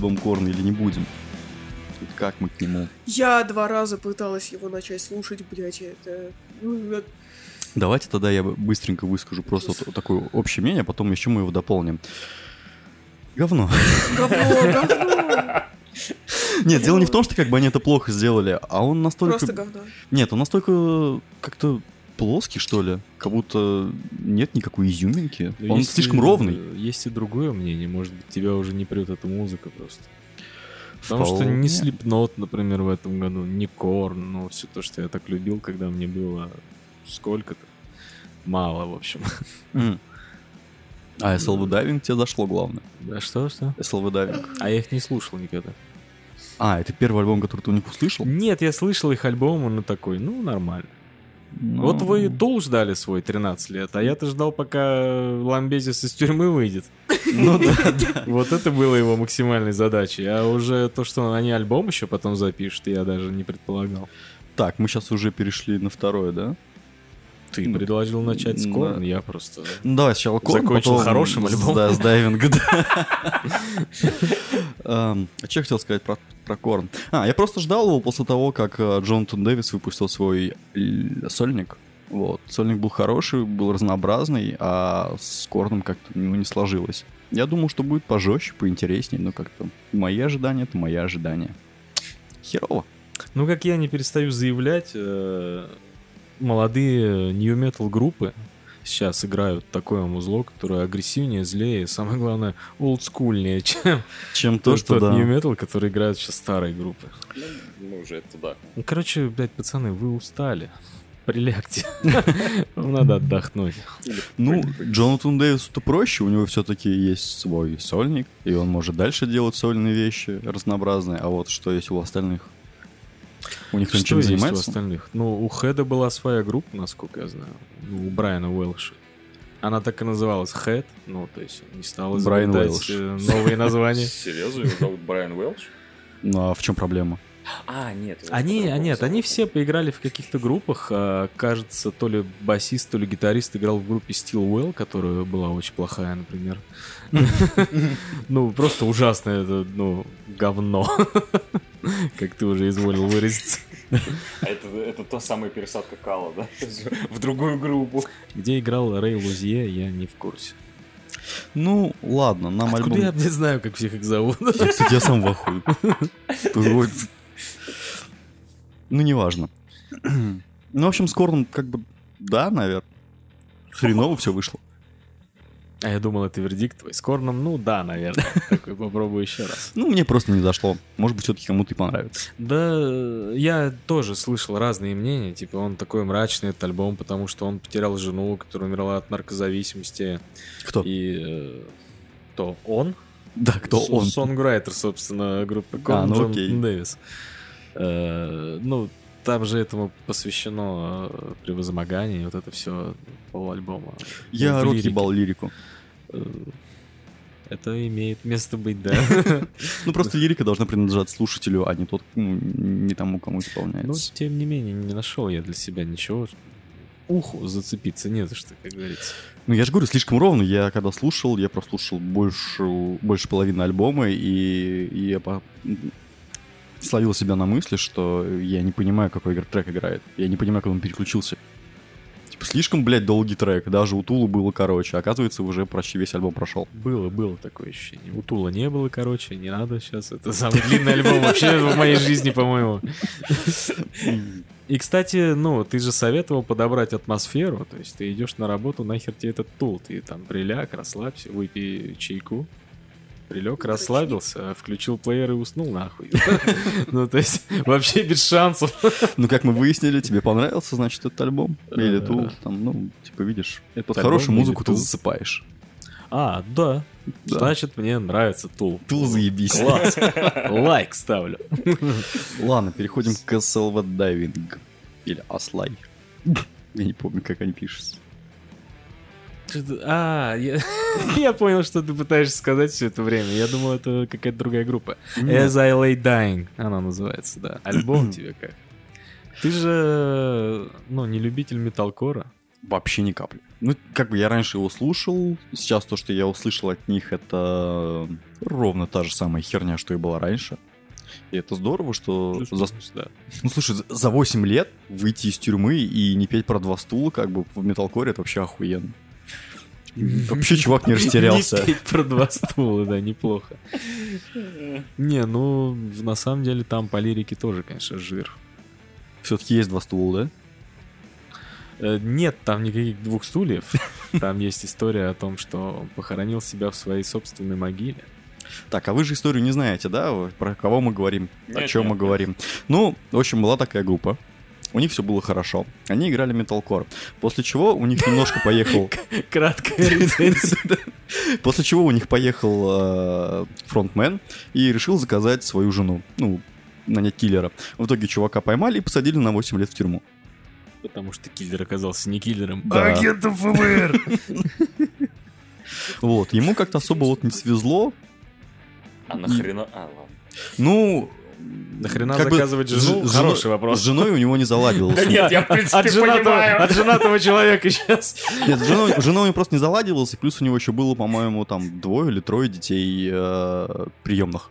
попкорн или не будем? И как мы к нему? Я два раза пыталась его начать слушать, блядь, я это... ну, это- Давайте тогда я быстренько выскажу просто вот такое общее мнение, а потом еще мы его дополним. Говно. Говно, говно. Нет, дело не в том, что как бы они это плохо сделали, а он настолько... Просто говно. Нет, он настолько как-то плоский, что ли. Как будто нет никакой изюминки. Но он Ну, есть слишком и- ровный. Есть и другое мнение, может быть, тебя уже не прет эта музыка просто. Потому что Вполне. не слепнот, например, в этом году, не корн, но все то, что я так любил, когда мне было сколько-то. Мало, в общем. М. А SLV дайвинг тебе зашло, главное. Да что, что? SLV дайвинг. А я их не слушал никогда. А, это первый альбом, который ты у них услышал? Нет, я слышал их альбом, он такой, ну, нормально. Вот Ну, вы Тул ждали свой 13 лет, а я-то ждал, пока Ламбезис из тюрьмы выйдет. Ну да, Вот это было его максимальной задачей. А уже то, что они альбом еще потом запишут, я даже не предполагал. Так, мы сейчас уже перешли на второе, да? Ты Ну, предложил начать с да. Корн, я просто... Ну давай сначала Корн, Закончил потом хорошим с- альбомом. Да, с дайвинга, да. Эм, А что я хотел сказать про, про Корн? А, я просто ждал его после того, как э, Джонатан Дэвис выпустил свой л- сольник. Вот. Сольник был хороший, был разнообразный, а с Корном как-то у него не сложилось. Я думал, что будет пожестче, поинтереснее, но как-то мои ожидания — это мои ожидания. Херово. Ну, как я не перестаю заявлять, э, молодые нью метал группы сейчас играют такое музло, которое агрессивнее, злее, и самое главное, олдскульнее, чем Чем то, то, что что да. нью метал, который играют сейчас старые группы. Ну, мы уже это да. Ну, короче, блядь, пацаны, вы устали. Прилягте. Вам надо отдохнуть. Или Ну, какой-нибудь. Джонатан Дэвису-то проще, у него все-таки есть свой сольник, и он может дальше делать сольные вещи разнообразные, а вот что есть у остальных? У них кто Что ничем есть у занимается? остальных? Ну, у Хэда была своя группа, насколько я знаю. Ну, у Брайана Уэлша. Она так и называлась Хэд. Ну, то есть не стала Брайан изобретать Уэлш. э, новые названия. Серьезно, его зовут Брайан Уэлч? Ну а в чем проблема? А, нет. его Они, по-другому а нет, они зовут. все поиграли в каких-то группах. а, Кажется, то ли басист, то ли гитарист играл в группе Steel Well, которая была очень плохая, например. Ну, просто ужасное, это, ну, говно. Как ты уже изволил выразиться. А Это, это та самая пересадка Кала, да? В другую группу. Где играл Рэй Лузье, я не в курсе. Ну, ладно, нам Откуда альбом... я не знаю, как всех их зовут? Я, кстати, я сам в ахуе. Вот. Ну, неважно. Ну, в общем, с Корном как бы... Да, наверное. Хреново все вышло. А я думал, это вердикт твой. С Корном, ну да, наверное. Такой попробую еще раз. Ну, мне просто не зашло. Может быть, все-таки кому-то и понравится. Да, э, я тоже слышал разные мнения. Типа, он такой мрачный, этот альбом, потому что он потерял жену, которая умерла от наркозависимости. Кто? И э, кто он? Да, кто Со- он? Сонграйтер, собственно, группы А, Корн, ну Джон окей. Дэвис. Э, ну, там же этому посвящено э, превозмогание, и вот это все альбома. Я в рот лирике. ебал лирику. Э, Это имеет место быть, да. Ну просто лирика должна принадлежать слушателю, а не тот, ну, не тому, кому Но, исполняется. тем не менее, не нашел я для себя ничего. Уху зацепиться не за что, как говорится. Ну я же говорю, слишком ровно. Я когда слушал, я прослушал больше, больше половины альбома, и, и я по- словил себя на мысли, что я не понимаю, какой игр- трек играет. Я не понимаю, как он переключился. Типа, слишком, блядь, долгий трек. Даже у Тулы было короче. Оказывается, уже почти весь альбом прошел. Было, было такое ощущение. У Тула не было, короче, не надо сейчас. Это самый длинный альбом вообще в моей жизни, по-моему. И, кстати, ну, ты же советовал подобрать атмосферу. То есть ты идешь на работу, нахер тебе этот Тул. Ты там приляг, расслабься, выпей чайку. Прилег, расслабился, включил плеер и уснул нахуй. Ну, то есть, вообще без шансов. Ну, как мы выяснили, тебе понравился, значит, этот альбом. Или Да. Тул, там, ну, типа, видишь, под альбом хорошую или музыку ты Тул? засыпаешь. А, да. Да. Значит, мне нравится Тул. Тул заебись. Класс. Лайк ставлю. Ладно, переходим к SLV Diving. Или Аслай. Я не помню, как они пишутся. А, я, я понял, что ты пытаешься сказать все это время. Я думал, это какая-то другая группа. As I Lay Dying, она называется, да. Альбом тебе как? Ты же, ну, не любитель металкора. Вообще ни капли. Ну, как бы я раньше его слушал, сейчас то, что я услышал от них, это ровно та же самая херня, что и была раньше. И это здорово, что... за- Да. Ну, слушай, за- за 8 лет выйти из тюрьмы и не петь про два стула, как бы, в металкоре, это вообще охуенно. Вообще чувак не растерялся. Не петь про два стула, да, неплохо. Не, ну, в- на самом деле там по лирике тоже, конечно, жир. Все-таки есть два стула, да? Э, Нет там никаких двух стульев. Там есть история о том, что он похоронил себя в своей собственной могиле. Так, а вы же историю не знаете, да? Вы- Про кого мы говорим, о Нет, чем нет, мы нет. говорим. Ну, в общем, была такая группа. У них все было хорошо. Они играли металкор. После чего у них немножко поехал... Краткая рецензия. После чего у них поехал э, фронтмен и решил заказать свою жену. Ну, нанять киллера. В итоге чувака поймали и посадили на 8 лет в тюрьму. Потому что киллер оказался не киллером. Да. Агентов ФБР! Вот, ему как-то особо вот не свезло. А нахрена? А, ладно. Ну... Нахрена как бы заказывать с жену? ж- Хороший женой- вопрос. С женой у него не заладилось. Да нет, я в а От принципе женатого, понимаю. от женатого человека сейчас. Нет, с женой, с женой у него просто не заладилось, и плюс у него еще было, по-моему, там двое или трое детей приемных.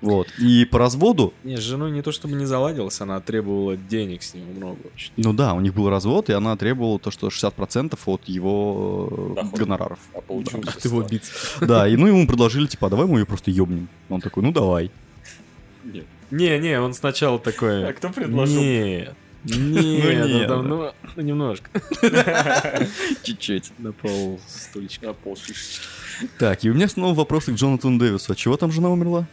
Вот. И по разводу, Не, с женой не то чтобы не заладилась, она требовала денег с него много очень. ну да, у них был развод, и она требовала то, что 60% от его э, Дохода. гонораров. А получился. От его бит. Да, и ну ему предложили, типа, «А давай мы ее просто ебнем. Он такой, ну давай. Нет. Не-не, он сначала А такой... кто предложил? Нет. Ну, Нет, нет. ну там, ну, ну, немножко. Чуть-чуть. На пол стульчика. На пол шишечки. Так, и у меня снова вопросы к Джонатану Дэвису. От чего там жена умерла?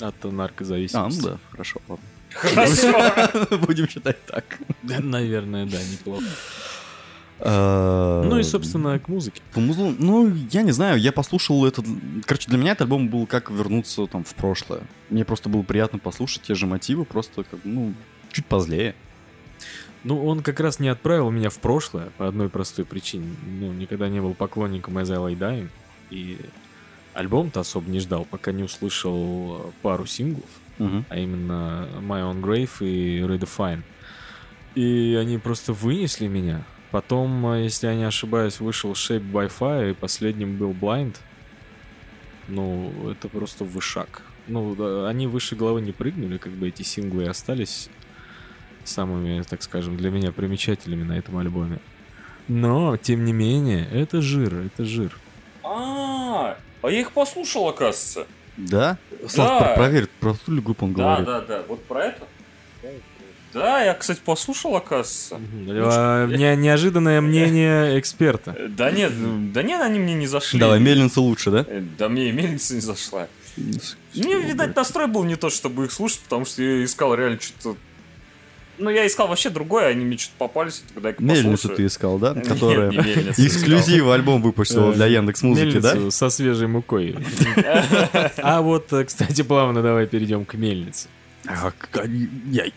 От А, ну наркозависимости. да, хорошо, ладно. Хорошо. Будем считать так. да. Наверное, да, неплохо. Ну Ну и, собственно, к музыке. По музлу, ну, я не знаю, я послушал этот... Короче, для меня этот альбом был как вернуться там в прошлое. Мне просто было приятно послушать те же мотивы, просто как, ну, чуть позлее. Ну, он как раз не отправил меня в прошлое по одной простой причине. Ну, никогда не был поклонником As I Lay Dying, И альбом-то особо не ждал, пока не услышал э, пару синглов, а именно My Own Grave и Redefine. И они просто вынесли меня. Потом, э, если я не ошибаюсь, вышел Shape by Fire, и последним был Blind. Ну, это просто вышаг. Ну, да, они выше головы не прыгнули, как бы эти синглы и остались самыми, так скажем, для меня примечателями на этом альбоме. Но, тем не менее, это жир, это жир. А, а я их послушал, оказывается. Да? Слав, Да. про- проверь, про ту ли группу он Да, говорит. да, да. Вот про это? Да, я, кстати, послушал, оказывается. А, не- Неожиданное мнение эксперта. Э, Да нет, э, да нет, они мне не зашли. Давай, мельница лучше, да? Э, Да мне и мельница не зашла. Мне, видать, настрой был не тот, чтобы их слушать, потому что я искал реально что-то... Ну, я искал вообще другое, они мне что-то попались, и тогда я их Мельницу послушаю. ты искал, да? Нет, Которая не мельницу эксклюзив альбом выпустила Э, для Яндекс Музыки, да? Мельницу со свежей мукой. А вот, э, кстати, плавно давай перейдем к мельнице. А, к- Я Я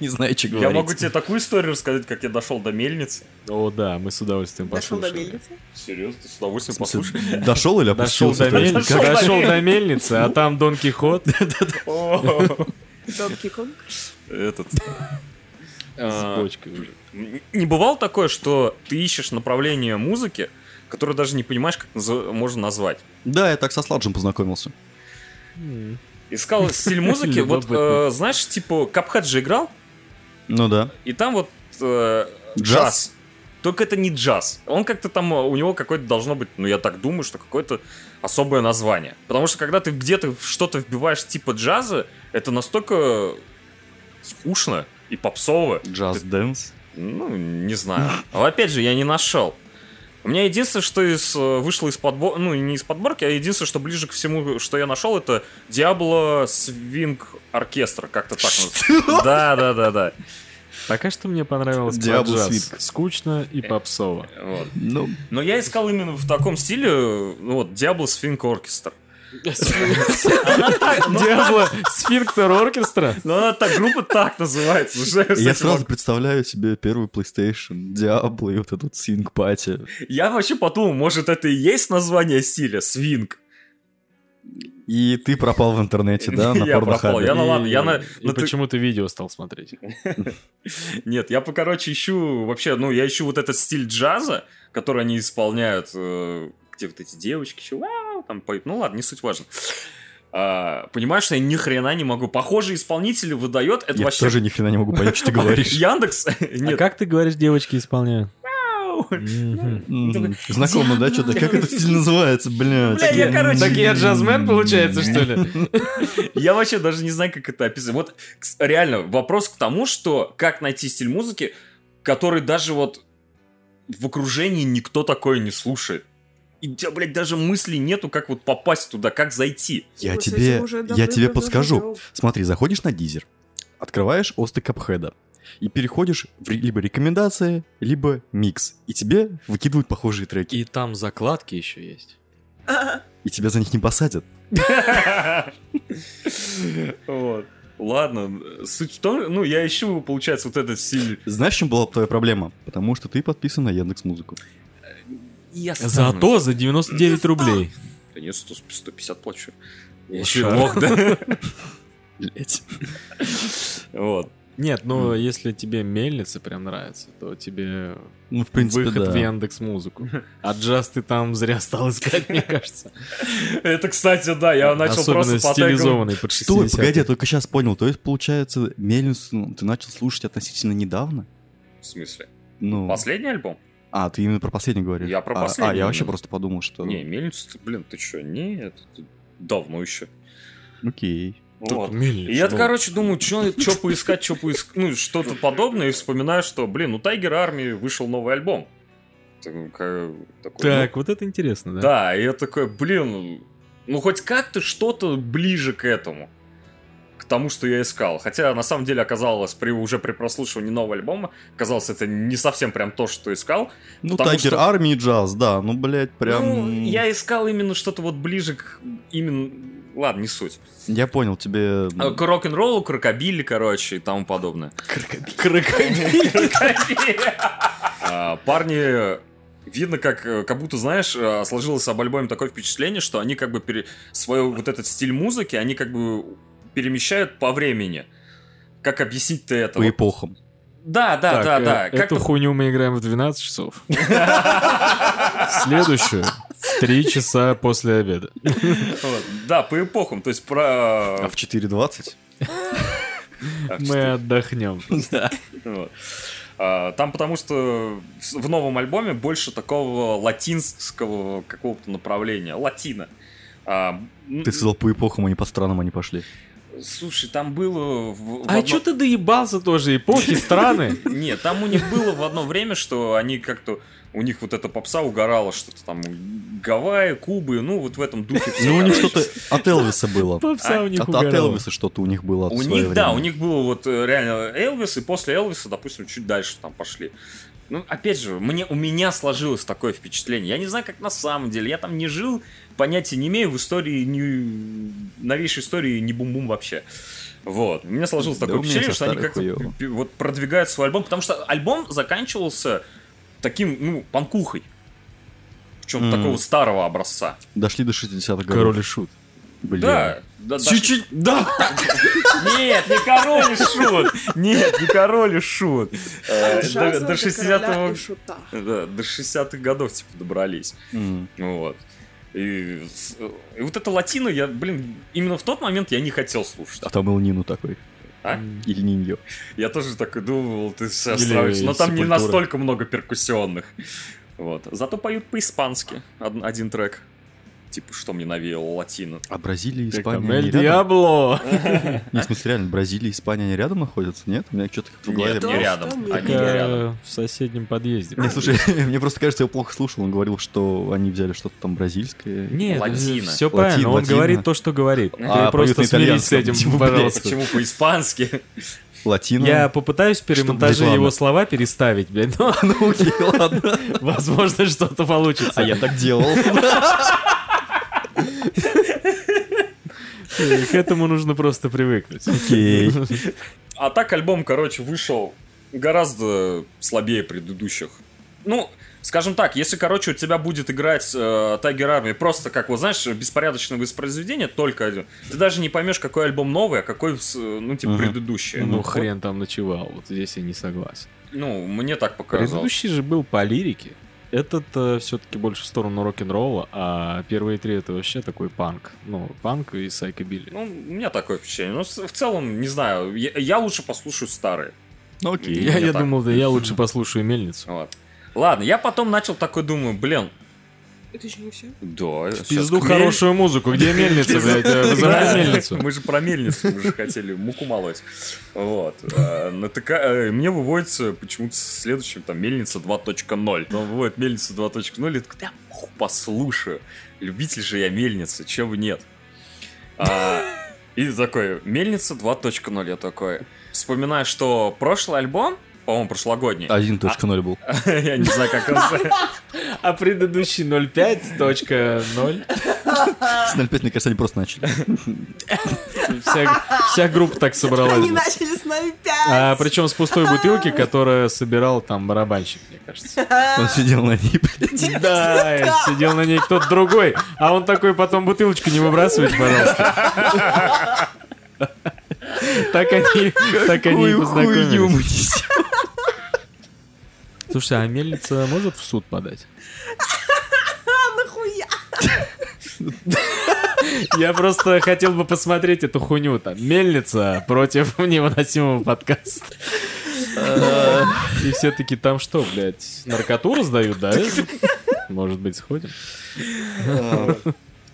не знаю, что Я говорить. могу тебе такую историю рассказать, как я дошел до мельницы. О, да, мы с удовольствием Дошел до послушали. мельницы. Серьезно, ты с удовольствием послушай. Дошел или Дошел опустился? до то есть? мельницы, Дошел до дошел до мельницы, а там Дон Кихот. О, Донки Конг. Этот. С А, бочкой уже. н- Не бывало такое, что ты ищешь направление музыки, которое даже не понимаешь, как назва- можно назвать. Да, я так со Сладжем познакомился. М. Искал стиль музыки, вот Любопытно. э, знаешь, типа, Капхат же играл, Ну да. И там вот э, Джаз? джаз. Только это не джаз. Он как-то там, э, у него какое-то должно быть, ну я так думаю, что какое-то особое название. Потому что когда ты где-то в что-то вбиваешь типа джаза, это настолько скучно и попсово. Джаз Дэнс. Ну, не знаю. Но опять же, я не нашел. У меня единственное, что из, э, вышло из подборки, ну не из подборки, а единственное, что ближе к всему, что я нашел, это Diablo Свинг Оркестр, как-то так. называется. Да, да, да, да. Пока что мне понравилось про Диабло джаз. Свитк. Скучно и попсово. Вот. Ну, Но я искал именно в таком стиле, ну вот, Diablo Sphinx Orchestra. Она так, ну, Диабло Сфинктер Оркестра. ну, она так, группа так называется. уже с я этим сразу ор- представляю себе первый PlayStation, Diablo и вот этот Sync Party. Я вообще подумал, может это и есть название стиля, свинг. И ты пропал в интернете, да, на Я пропал, порнохабе. я- ну ладно, И- на- и ну ты- почему ты видео стал смотреть? Нет, я, по- короче, ищу вообще, ну, я ищу вот этот стиль джаза, который они исполняют, э, где вот эти девочки еще, «Вау», там поют. Ну ладно, не суть важно. А, понимаешь, что я ни хрена не могу. Похожие исполнители выдает, это Я вообще... тоже ни хрена не могу понять, что ты говоришь. Яндекс? А Нет. как ты говоришь, девочки исполняют? «Вау». Мгм. Мгм. Знакомо, да, что-то? Как это стиль называется, блядь? Бля, я, короче, Так я джазмен, получается, что ли? Я вообще даже не знаю, как это описать. Вот кс- реально вопрос к тому, что как найти стиль музыки, который даже вот в окружении никто такое не слушает. И у тебя, блядь, даже мыслей нету, как вот попасть туда, как зайти. Я Вот с тебе- этим уже я давным-давно тебе подскажу. жил. Смотри, заходишь на Дизер, открываешь осты Капхеда и переходишь в ре- либо рекомендации, либо микс. И тебе выкидывают похожие треки. И там закладки еще есть. А, И тебя за них не посадят. Вот. Ладно, суть в том, ну, я ищу, получается, вот этот стиль. Знаешь, в чем была бы твоя проблема? Потому что ты подписан на Яндекс Музыку. Я Зато за 99 рублей. Конец 150 плачу. Я Вот еще и шар. лох, да? Блять. Вот. Нет, ну если тебе мельница прям нравится, то тебе Ну, в принципе, выход да. в Яндекс Музыку. А джаз ты там зря стал искать, мне кажется. Это, кстати, да, я начал Особенно просто по тегам стилизованный под Стой, 60-е. погоди, я только сейчас понял. То есть, получается, Мельницу ну, ты начал слушать относительно недавно? В смысле? Ну, Последний альбом? а, ты именно про последний говоришь? Я про А- А, последний я вообще именно. просто подумал, что... Не, мельница, ты, блин, ты что, нет, это давно еще. Окей. Тут мельница. И я, ну, короче, думаю, что поискать, что поискать, ну, что-то подобное, и вспоминаю, что, блин, у Тайгер Армии вышел новый альбом. Так, э, такой, Так, вот это интересно, ну, да? да, и я такой, блин, ну хоть как-то что-то ближе к этому, к тому, что я искал. Хотя, на самом деле, оказалось, при, уже при прослушивании нового альбома, оказалось, это не совсем прям то, что искал. Ну, Потому Тайгер что- Армии джаз, да. Ну, блядь, прям... Ну, я искал именно что-то вот ближе к именно... Ладно, не суть. Я понял, тебе... А, К рок-н-роллу, к рокобилли, короче, и тому подобное. А, Парни, видно, как, э, как будто, знаешь, э, сложилось об альбоме такое впечатление, что они как бы пере... свой вот этот стиль музыки, они как бы перемещают по времени. Как объяснить-то это? По Вот- эпохам. Да, да, Так, да, э, да. Как Эту хуйню мы играем в 12 часов. Следующую в 3 часа после обеда. Вот, Да, по эпохам. То есть про... э, А в 4.20? Так, Мы отдохнем. Вот. А, Там потому что с- в новом альбоме больше такого латинского какого-то направления. Латина. А, м, Ты сказал по эпохам, а не по странам они пошли. Слушай, там было... в- в А одно- чё ты доебался тоже? Эпохи, страны? Нет, там у них было в одно время, что они как-то... У них вот эта попса угорала, что-то там Гавайи, Кубы, ну вот в этом духе. всё, Ну, у них короче. что-то от Элвиса было. Попса у них От, от угорала. Элвиса что-то у них было. от У своего них, да, у времени. них было вот э, реально Элвис, и после Элвиса, допустим, чуть дальше там пошли. Ну, опять же, мне, у меня сложилось такое впечатление. Я не знаю, как на самом деле. Я там не жил, понятия не имею, в истории, не, новейшей истории не бум-бум вообще. Вот. У меня сложилось Да такое у меня впечатление, со что они старой как-то хуёво. пи- вот продвигают свой альбом, потому что альбом заканчивался таким, ну, панкухой. Причем М. такого старого образца. Дошли до 60-х годов. Король и шут. Блин. Да, да, да. Чуть-чуть, да! Нет, не король и шут. Нет, не король и шут. Э, До Джаза до для 60-го... А, короля и шута. Да, до 60-х годов, типа, добрались. М. Вот. И, с- и вот это латино, я, блин, именно в тот момент я не хотел слушать. А там Эл Нину такой. А? Или Ниньо. Я тоже так и думал, ты сейчас Или сравнишь. Но там не Сепультура. настолько много перкуссионных. Вот. Зато поют по-испански од- один трек. Типа, что мне навеяло латино. А Бразилия и Как Испания, там, они Типа, Эль рядом? Диабло! Не, в смысле, реально, Бразилия и Испания, они рядом находятся, нет? У меня что-то как в Нет, голове... не было. рядом. там Они нет. не Такая- рядом. Э, В соседнем подъезде. Не, слушай, мне просто кажется, я плохо слушал. Он говорил, что они взяли что-то там бразильское. Нет, Латино. все Латино, правильно, он латино. говорит то, что говорит. А, Ты просто поют на смирись с этим, итальянском, блядь. ну, пожалуйста. Почему по-испански? Латино. Я попытаюсь в перемонтаже Чтобы его реклама. слова переставить, блядь, но Ну, окей, ладно. возможно что-то получится. А я так делал. К этому нужно просто привыкнуть. Окей. А так альбом, короче, вышел гораздо слабее предыдущих. Ну, Скажем так, если, короче, у тебя будет играть э, Tiger Army просто, как вот, знаешь, беспорядочное воспроизведение, только один, ты даже не поймешь, какой альбом новый, а какой, с, э, ну, типа, Мгм. предыдущий. Ну, Вот. хрен там ночевал, вот здесь я не согласен. Ну, мне так показалось. Предыдущий же был по лирике. Этот все-таки больше в сторону рок-н-ролла, а первые три это вообще такой панк. Ну, панк и сайкобили. Ну, у меня такое впечатление. Ну, с- в целом, не знаю, я, я лучше послушаю старые. Ну, окей. Я- я я так. думал, да я лучше послушаю мельницу. Вот. Ладно, я потом начал такой думаю, блин, Это еще не все. да, В сейчас пизду хмель- хорошую музыку. Где мельница, блядь? Э, Да, Вызывай мельницу. Мы же про мельницу, мы же хотели муку молоть. Вот. А, натыка- э, Мне выводится почему-то следующим, там, мельница 2.0. Но выводит мельница 2.0, и я такой, да похуй, послушаю. Любитель же я мельницы, чего бы нет. А, И такой, мельница 2.0, я такой. Вспоминаю, что прошлый альбом, по-моему, прошлогодний, А 1.0 был. я не знаю, как он А предыдущий 05.0. С 0.5, мне кажется, они просто начали. Вся, вся группа так собралась. Они начали с нами А, пять! причем с пустой бутылки, которую собирал там барабанщик, мне кажется. Он сидел на ней, блядь. Да, и сидел на ней кто-то другой, а он такой потом бутылочку не выбрасывает, пожалуйста. Так они, так они и Какую хуйню мы познакомились. несем? Слушай, а мельница может в суд подать? Нахуя? Я просто хотел бы посмотреть эту хуйню там. Мельница против невыносимого подкаста. И все-таки там что, блядь, наркоту раздают, да? Может быть, сходим?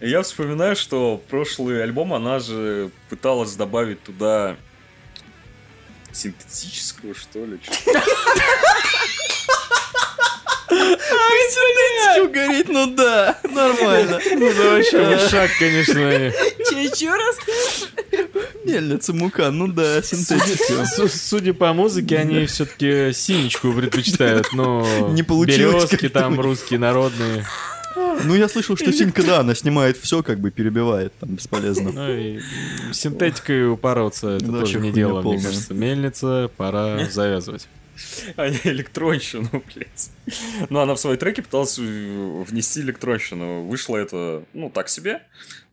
Я вспоминаю, что прошлый альбом она же пыталась добавить туда синтетического, что ли. чё-то. А, Хочу гореть, ну да, нормально. Э, Ну, это вообще мышак, конечно. Че, еще раз? Мельница, мука, ну да, синтетика. Э, Су- Судя по музыке, они все-таки синечку предпочитают, но Не получилось, березки как ты там думаешь. русские народные. Ну, я слышал, что Симка, да, она снимает все, как бы перебивает, там, бесполезно. Ну и синтетикой упороться это Да, тоже вообще не хуйня дело, мне полная. кажется. Мельница, пора завязывать. А не электронщину, блядь. Но она в свои треки пыталась э, внести электронщину. Вышло это, ну, так себе.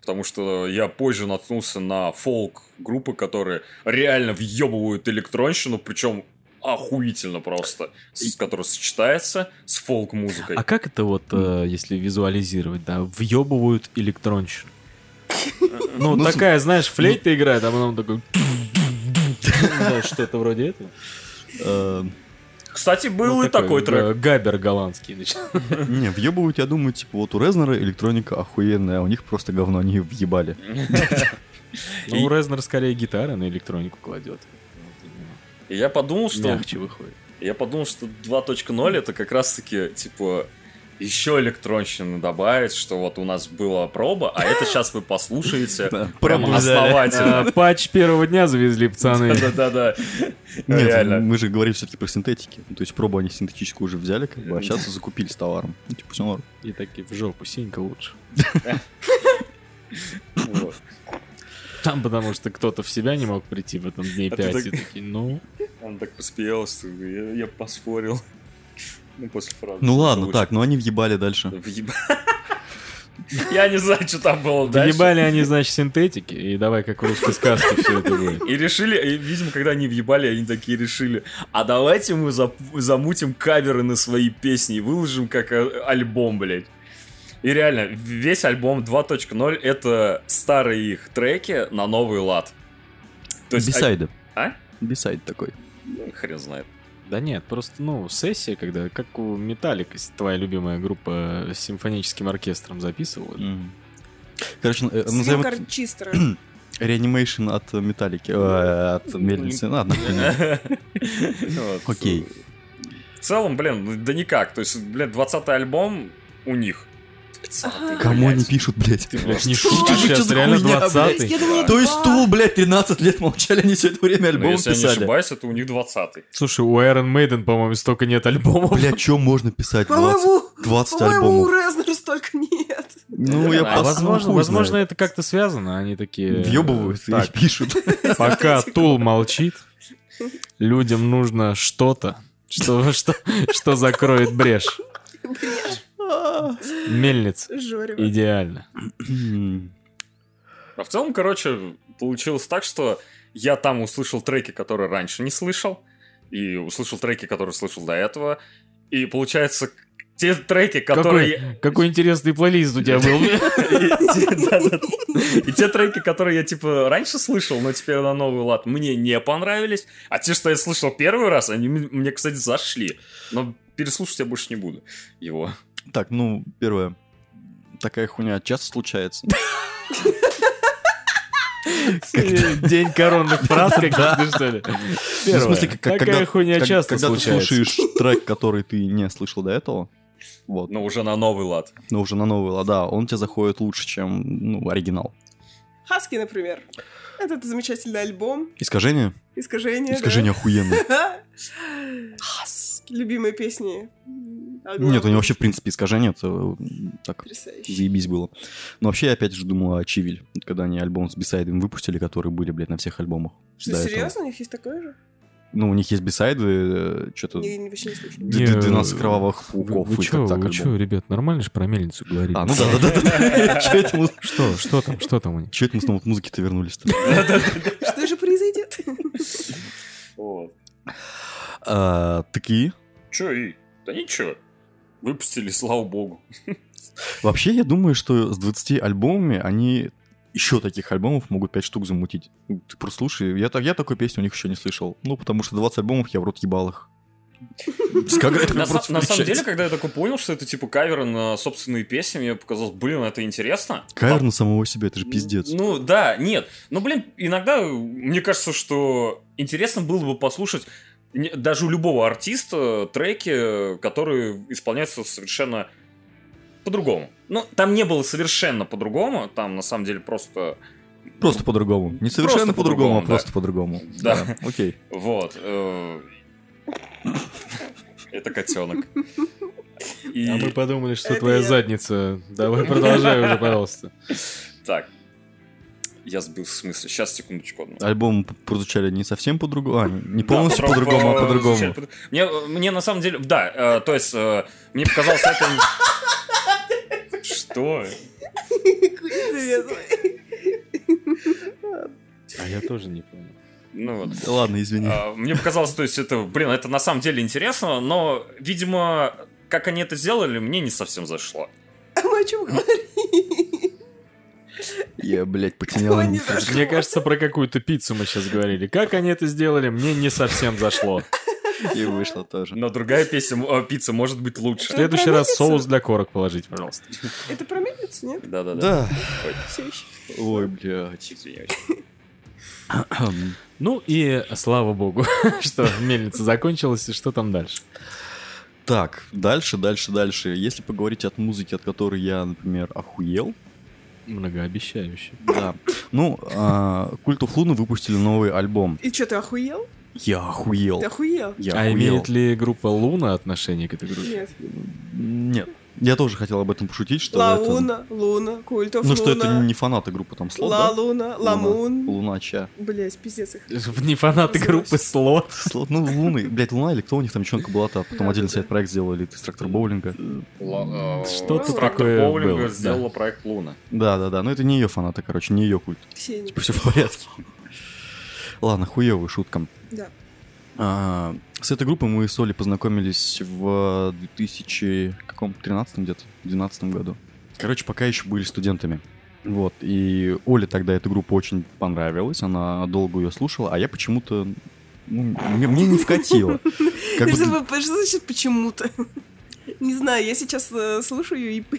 Потому что я позже наткнулся на фолк-группы, которые реально въебывают электронщину, причем охуительно просто, с, которая сочетается с фолк-музыкой. А как это вот, э, если визуализировать, да, въебывают электронщину? Ну, Ну, такая, знаешь, флейта играет, а потом такой... Да, что-то вроде этого. Э, Кстати, был Ну, и такой трек. э, Габер голландский. начинает. Не, въебывают, я думаю, типа, вот у Резнера электроника охуенная, а у них просто говно, они её въебали. Ну, Резнер скорее гитары на электронику кладет. И я подумал, что... Мягче выходит. Я подумал, что 2.0 это как раз-таки, типа, еще электронщины добавить, что вот у нас была проба, а это сейчас вы послушаете. Да, Прямо пробовали. основательно. А, Патч первого дня завезли, пацаны. Да-да-да. Нет, Реально. мы же говорим все-таки про синтетики. Ну, То есть пробу они синтетическую уже взяли, как бы, а сейчас закупили с товаром. Ну, типа, все норм. И такие в жопу, синька лучше. Вот. Там потому что кто-то в себя не мог прийти в этом дне А ты 5. так- И такие, ну... Он так посмеялся, я, я поспорил. Ну, после фразы. Ну ладно, Лучше. так, ну они въебали дальше. Въеба- Я не знаю, что там было дальше. Въебали они, значит, синтетики, и давай как в русской сказке все это будет. И решили, и, видимо, когда они въебали, они такие решили, а давайте мы зап- замутим каверы на свои песни и выложим как э, альбом, блядь. И реально, весь альбом 2.0 это старые их треки на новый лад. То есть, Бисайды. а? Бисайд такой. а, хрен знает. Да нет, просто, ну, сессия, когда, как у Металлик, твоя любимая группа э, с симфоническим оркестром записывала. Короче, э, назовем это Симка чистера. реанимейшн от э, Металлики, э, от Мельницы. Ну, Ладно, хуйня. Вот. Окей. В целом, блин, ну, да никак. То есть, блин, 20-й альбом у них. 20-й, Кому блядь. они пишут, блядь? Ты, Блядь, блядь, не Что вы, шутишь что сейчас, за реально хуйня, блядь? 20 Я думала, То есть два. ту, блядь, 13 лет молчали, они все это время Ну, альбом если я не писали. ошибаюсь, это у них 20-й. Слушай, у Iron Maiden, по-моему, столько нет альбомов. Бля, что можно писать? 20, По-моему, 20 по-моему, у альбомов. Резнера столько нет. Ну, я А пос- э, возможно, хуй возможно, знает. это как-то связано, они такие... э, Въебывают Так, и пишут. Пока Тул молчит, людям нужно что-то, что, что, что закроет брешь. Мельниц. Жорево. Идеально. А в целом, короче, получилось так, что я там услышал треки, которые раньше не слышал, и услышал треки, которые слышал до этого, и получается к- те треки, которые... Какой, какой интересный плейлист у тебя был. И те- да-да-да. И те треки, которые я, типа, раньше слышал, но теперь на новый лад, мне не понравились. А те, что я слышал первый раз, они м- мне, кстати, зашли. Но переслушать я больше не буду его. Так, ну, первое. Такая хуйня часто случается. День коронных фраз каких-то, что ли? Ну, в смысле, Первое. как- как- Такая когда- хуйня как- часто Когда ты случается. слушаешь трек, который ты не слышал до этого, вот, Но уже на новый лад. но уже на новый лада, он тебе заходит лучше, чем ну, оригинал. Хаски, например. Этот замечательный альбом. Искажение? Искажение. да. Искажение охуенно. Любимые песни. альбома. Нет, у него вообще, в принципе, искажение, это м, так Потрясающе. заебись было. Но вообще, я опять же думал о Чивиль, когда они альбом с бисайдами выпустили, которые были, блядь, на всех альбомах. Что, до этого. серьезно? У них есть такое же? Ну, у них есть э, бисайды, что-то Я не- вообще не слышала. Не, э, 12 кровавых пауков. Вы и как чё, так вы альбом. чё, ребят, нормально же про мельницу говорили? Ну А, ну да, да, да, да. Че это мы... Что, что там, что там у них? Че это мы снова к музыке-то вернулись-то? Что же произойдет? Вот. А, Такие. Чё и? Да ничего. Выпустили, слава богу. Вообще, я думаю, что с 20 альбомами они еще таких альбомов могут 5 штук замутить. Ну, Ты прослушай. Я, так- я такой песни у них еще не слышал. Ну, потому что 20 альбомов я в рот ебал их. Как это На, просто са- на самом включать? деле, когда я такой понял, что это типа каверы на собственные песни, мне показалось, блин, это интересно. Кавер на самого себя, это же пиздец. Ну да, нет. Но, блин, иногда мне кажется, что интересно было бы послушать не- даже у любого артиста треки, которые исполняются совершенно по-другому. Ну, там не было совершенно по-другому, там на самом деле просто... Просто по-другому. Не совершенно Просто по-другому, а по-другому, просто по-другому. Да. Окей. Вот. э, Это котенок. А мы И подумали, что Это твоя я. задница. Давай продолжай уже, пожалуйста. так. Я сбил с мысли. Сейчас, секундочку. одну. Альбом прозвучали не совсем по-другому. А, не полностью Да, про- по-другому, а про- по-другому. звучать по- Мне, мне на самом деле, да, э, то есть, э, мне показалось это... Что? А я тоже не понял. Ну вот. Ладно, извини. Э, Мне показалось, то есть это, блин, это на самом деле интересно, но, видимо, как они это сделали, мне не совсем зашло. А мы о чем говорим? Я, блядь, потерял. Кто не нить. зашел? Мне кажется, про какую-то пиццу мы сейчас говорили. Как они это сделали, мне не совсем зашло. И вышло тоже. Но другая песня, э, пицца может быть В лучше. следующий Промолится. раз соус для корок положить, пожалуйста. Это про мельницу, нет? Да-да-да. Да. Ой, Все еще. Ой, блядь. извиняюсь. Ну и слава богу, что мельница закончилась, и что там дальше? Так, дальше, дальше, дальше. Если поговорить от музыки, от которой я, например, охуел, Многообещающе. да. Ну, а, Культ оф Луны выпустили новый альбом. И что, ты охуел? Я охуел. Ты охуел? Я А охуел. имеет ли группа Луна отношение к этой группе? Нет. Нет. Я тоже хотел об этом пошутить, что это... Лауна, Луна, Культов Ну, что это Луна, не фанаты группы, там слот, Ла да? Луна, Ламун. Лунача. Блять, пиздец их. Не фанаты группы Слот. Слот, ну, Луны. Блядь, Луна или кто у них там девчонка была-то? а Потом Да, отдельно да, сайт проект сделали, ты трактор боулинга. Ла- э, Что-то Трактор такое боулинга было, да. сделала проект Луна. Да-да-да, но это не ее фанаты, короче, не ее культ. Все они. Типа все в порядке. Ладно, хуевая шутка. Да. А, С этой группой мы с Олей познакомились в 2013 где-то, 2012 году. Короче, пока еще были студентами. Вот, и Оле тогда эта группа очень понравилась, она долго ее слушала, а я почему-то, ну, мне, мне не вкатило. Как бы Что для- за- что значит почему-то? Не знаю, я сейчас э, слушаю и, п-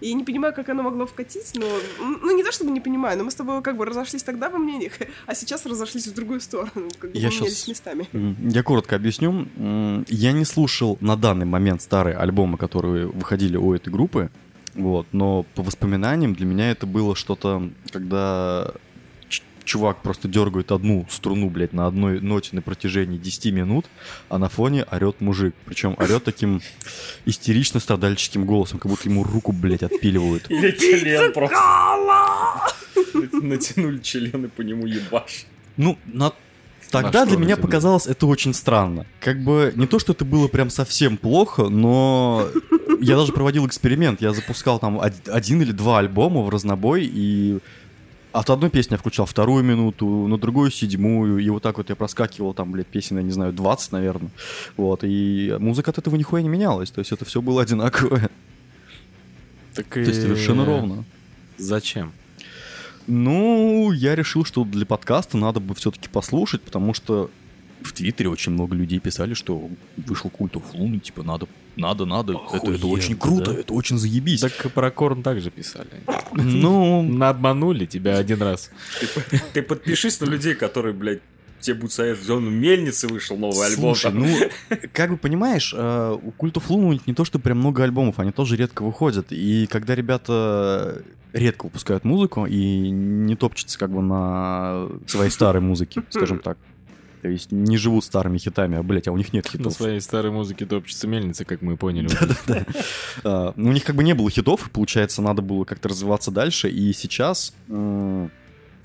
и я не понимаю, как оно могло вкатить, но... м, Ну, не то чтобы не понимаю, но мы с тобой как бы разошлись тогда во мнениях, а сейчас разошлись в другую сторону, как бы Я поменялись щас- местами. М, Я коротко объясню. М, Я не слушал на данный момент старые альбомы, которые выходили у этой группы. Вот, но по воспоминаниям для меня это было что-то, когда ч- чувак просто дергает одну струну, блядь, на одной ноте на протяжении 10 минут, а на фоне орет мужик. Причем орет таким истерично страдальческим голосом, как будто ему руку, блядь, отпиливают. Или член просто. Натянули члены по нему ебаш. Ну, на- тогда что для меня натянули? показалось это очень странно. Как бы не то, что это было прям совсем плохо, но я даже проводил эксперимент. Я запускал там од- один или два альбома в разнобой, и от одной песни я включал вторую минуту, на другую седьмую, и вот так вот я проскакивал там, блядь, песен, я не знаю, 20, наверное. Вот, и музыка от этого нихуя не менялась, то есть это все было одинаковое. Так То есть и- совершенно ровно. Зачем? Ну, я решил, что для подкаста надо бы все-таки послушать, потому что в Твиттере очень много людей писали, что вышел культ оф Луны, типа, надо, надо, надо, это, это Охуенно, очень круто, да? это очень заебись. Так про Корн также писали. ну, Обманули тебя один раз. Ты, ты подпишись на людей, которые, блядь, тебе будут советовать. Он у мельницы вышел новый альбом. слушай, там. ну, как бы понимаешь, э, у культ оф Луны не то, что прям много альбомов, они тоже редко выходят, и когда ребята редко выпускают музыку и не топчутся как бы на своей старой музыке, скажем так, то есть не живут старыми хитами, а, блядь, а у них нет На хитов. своей старой музыке топчется мельница, как мы поняли. А, ну, У них как бы не было хитов, и, получается, надо было как-то развиваться дальше. И сейчас м,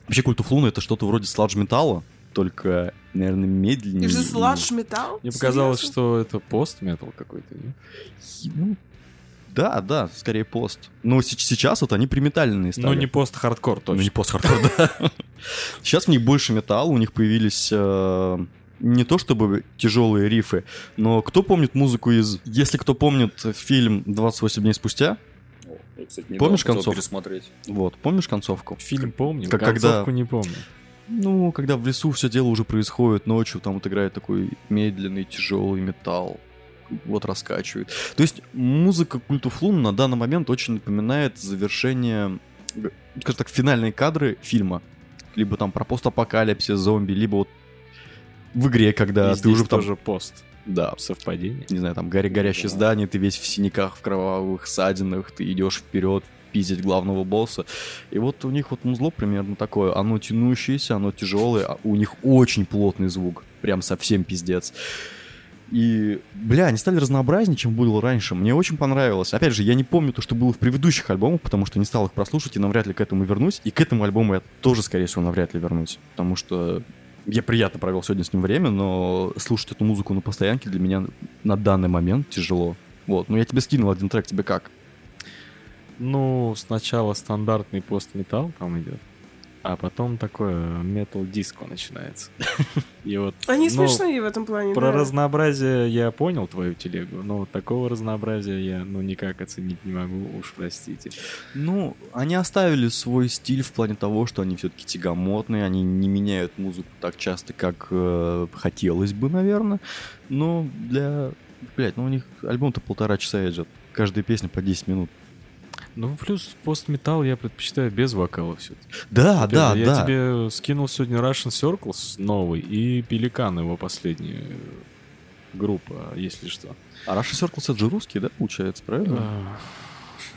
вообще культ Луны это что-то вроде сладж металла, только, наверное, медленнее. Ты же сладж металл? Мне показалось, Серьезно? что это пост-метал какой-то. нет? Ну, да, да, скорее пост. Но се- сейчас вот они приметальные стали. Ну, не пост-хардкор Ну, не точно. пост-хардкор, да. Сейчас в них больше металла, у них появились э, не то чтобы тяжелые рифы, но кто помнит музыку из... Если кто помнит фильм «28 дней спустя», Я, кстати, недавно Помнишь хотел концовку? пересмотреть. вот, помнишь концовку? Фильм помню, как когда- концовку не помню. Ну, когда в лесу все дело уже происходит ночью, там вот играет такой медленный, тяжелый металл. Вот раскачивает. То есть музыка культу Флун на данный момент очень напоминает завершение, г- скажем так, финальные кадры фильма. Либо там про постапокалипсис, зомби, либо вот в игре, когда И ты здесь уже там... тоже пост. Да, Совпадение. не знаю, там горя горящее Да. здание, ты весь в синяках, в кровавых ссадинах, ты идешь вперед пиздить главного босса. И вот у них вот музло примерно такое. Оно тянущееся, оно тяжелое, а у них очень плотный звук. Прям совсем пиздец. И, бля, они стали разнообразнее, чем было раньше. Мне очень понравилось. Опять же, я не помню то, что было в предыдущих альбомах, потому что не стал их прослушать, и навряд ли к этому вернусь. И к этому альбому я тоже, скорее всего, навряд ли вернусь. Потому что я приятно провел сегодня с ним время, но слушать эту музыку на постоянке для меня на данный момент тяжело. Вот, ну я тебе скинул один трек, тебе как? Ну, сначала стандартный пост-метал там идет, а потом такое метал-диско начинается. И вот... Они ну, смешные в этом плане, Про да. разнообразие я понял твою телегу, но вот такого разнообразия я ну никак оценить не могу, уж простите. Ну, они оставили свой стиль в плане того, что они все-таки тягомотные, они не меняют музыку так часто, как э, хотелось бы, наверное. Но для... Блять, ну у них альбом-то полтора часа идет. Каждая песня по 10 минут. Ну, плюс пост-метал я предпочитаю без вокала все Да, да, я да. тебе скинул сегодня Russian Circles новый и Пеликан его последняя э, группа, если что. А Russia Circles это же русские, да, получается, правильно?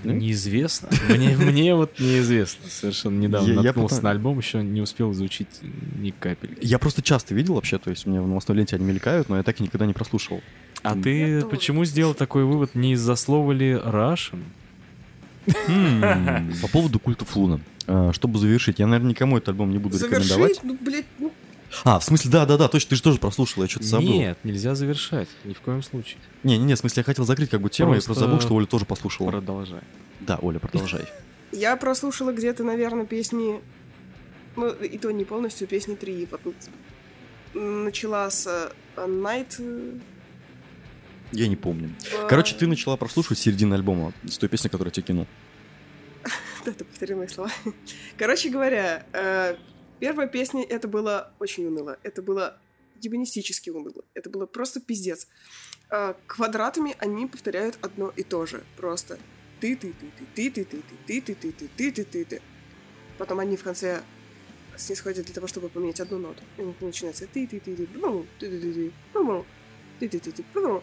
Э, Неизвестно. Мне, мне вот неизвестно. Совершенно недавно Я- я наткнулся пытаюсь- на альбом, еще не успел изучить ни капельки. Я просто часто видел вообще, то есть у меня в новостной ленте они мелькают, но я так и никогда не прослушивал. А Я ты тоже. почему сделал такой вывод? Не из-за слова ли Russian? По поводу культа Флуна. Э, Чтобы завершить, я, наверное, никому этот альбом не буду рекомендовать. Завершить? Ну, блядь, ну, А, в смысле, да-да-да, точно, ты же тоже прослушал, я что-то забыл. Нет, нельзя завершать. Ни в коем случае. Не-не-не, в смысле, я хотел закрыть как бы тему, я просто Просто- забыл, что Оля тоже послушала. Продолжай. Да, Оля, продолжай. я прослушала где-то, наверное, песни... Ну, и то не полностью, песни три. Вот тут начала с э, A Night... э, Я не помню. в- Короче, ты начала прослушивать середину альбома, с той песни, которую я тебе кинул. Да, ты повторил мои слова. Короче говоря, э, первая песня это было очень уныло. Это было ебанистически уныло. Это было просто пиздец. Э, Квадратами они повторяют одно и то же. Просто ты ты ты ты ты ты ты ты ты ты ты ты ты ты ты Потом они в конце снисходят для того, чтобы поменять одну ноту. И у них начинается ты ты ты ты бру, ты ты ты ты бру, ты ты ты ты бру.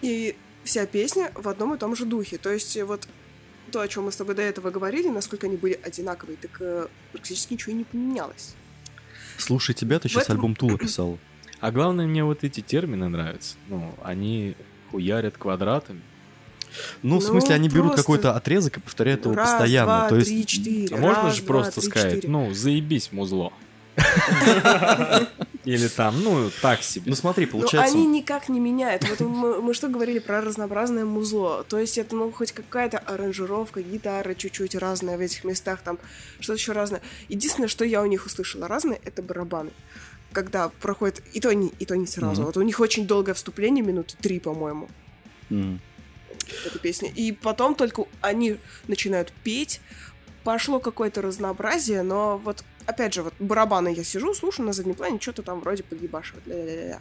И вся песня в одном и том же духе. То есть э, вот то, о чем мы с тобой до этого говорили, насколько они были одинаковые, так э, практически ничего и не поменялось. Слушай, тебя ты сейчас этом- альбом Тула писал. А главное, мне вот эти термины нравятся. Ну, они хуярят квадратами. Ну, в Ну, смысле, они берут просто- какой-то отрезок и повторяют его Раз, постоянно. два, То три, есть... четыре. А можно Раз, Ну, же два, просто три, сказать, четыре. ну, заебись, музло. Или там, ну, так себе. Ну смотри, Ну, получается... они никак не меняют. Вот мы, мы что говорили про разнообразное музло? То есть это, ну, хоть какая-то аранжировка, гитара чуть-чуть разная в этих местах, там что-то еще разное. Единственное, что я у них услышала разное, это барабаны. Когда проходит и то не, и то не сразу. Мгм. Вот у них очень долгое вступление, минуты три, по-моему, М. эта песня. И потом только они начинают петь. Пошло какое-то разнообразие, но вот, опять же, вот барабаны я сижу, слушаю на заднем плане, что-то там вроде подъебашивает. ля-ля-ля-ля.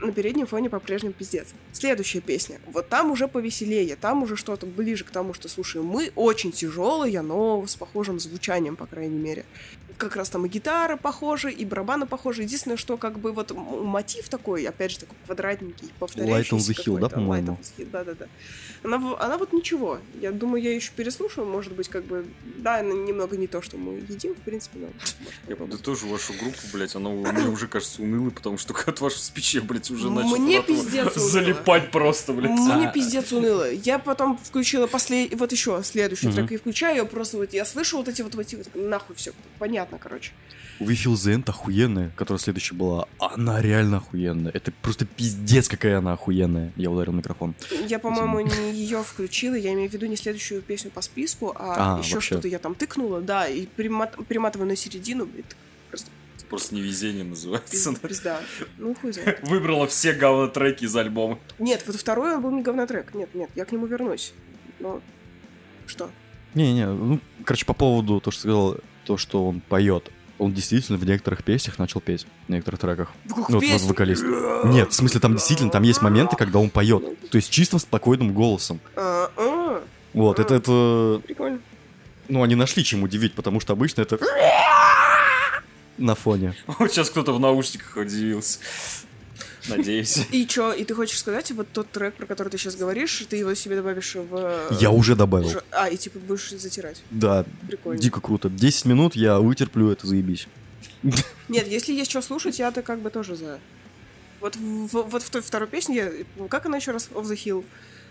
На переднем фоне по-прежнему пиздец. Следующая песня. Вот там уже повеселее, там уже что-то ближе к тому, что слушаем мы. Очень тяжелая, но с похожим звучанием, по крайней мере. Как раз там и гитара похожа, и барабаны похожи. Единственное, что как бы вот м- мотив такой, опять же, такой квадратненький, повторяющийся. Light on the Hill, да, какой-то. Light по-моему? on the Hill, Да-да-да. Она, в- она вот ничего. Я думаю, я еще переслушаю, может быть, как бы... Да, она немного не то, что мы едим, в принципе, но... может, Я попробую. да тоже вашу группу, блядь, она у- мне уже кажется унылой, потому что от вашего спича, блядь, уже начал Мне куда-то пиздец уныло. залипать просто, блядь. Мне А. пиздец уныло. Я потом включила послед... вот еще следующий Мгм. трек и включаю, я просто вот я слышу вот эти вот эти вот нахуй все понятно, короче. We Feel The End охуенная, которая следующая была. Она реально охуенная. Это просто пиздец, какая она охуенная. Я ударил микрофон. Я, по-моему, не ее включила, я имею в виду не следующую песню по списку, а, А, еще вообще. что-то я там тыкнула, да, и примат- приматываю на середину, блин, Это Просто невезение называется. пиз- пизда. Ну хуй знает. Выбрала все говнотреки из альбома. Нет, вот второй он был не говнотрек. Нет, нет, я к нему вернусь. Но что? Не-не, ну, короче, по поводу того, что сказал, то, что он поет. Он действительно в некоторых песнях начал петь, в некоторых треках. Ну, вот Песня. вокалист. Нет, в смысле, там действительно, там есть моменты, когда он поет. То есть чистым, спокойным голосом. А, а, Вот, это, это Прикольно. Ну, они нашли чем удивить, потому что обычно это... На фоне. Вот сейчас кто-то в наушниках удивился. Надеюсь. И чё, и ты хочешь сказать, вот тот трек, про который ты сейчас говоришь, ты его себе добавишь в... Я уже добавил. уже- А, и типа будешь затирать. Да, Прикольно. дико круто. 10 минут я вытерплю, это заебись. Нет, если есть что слушать, я-то как бы тоже за. Вот в, в- вот в той второй песне, я- ну, как она еще раз, Off the Hill?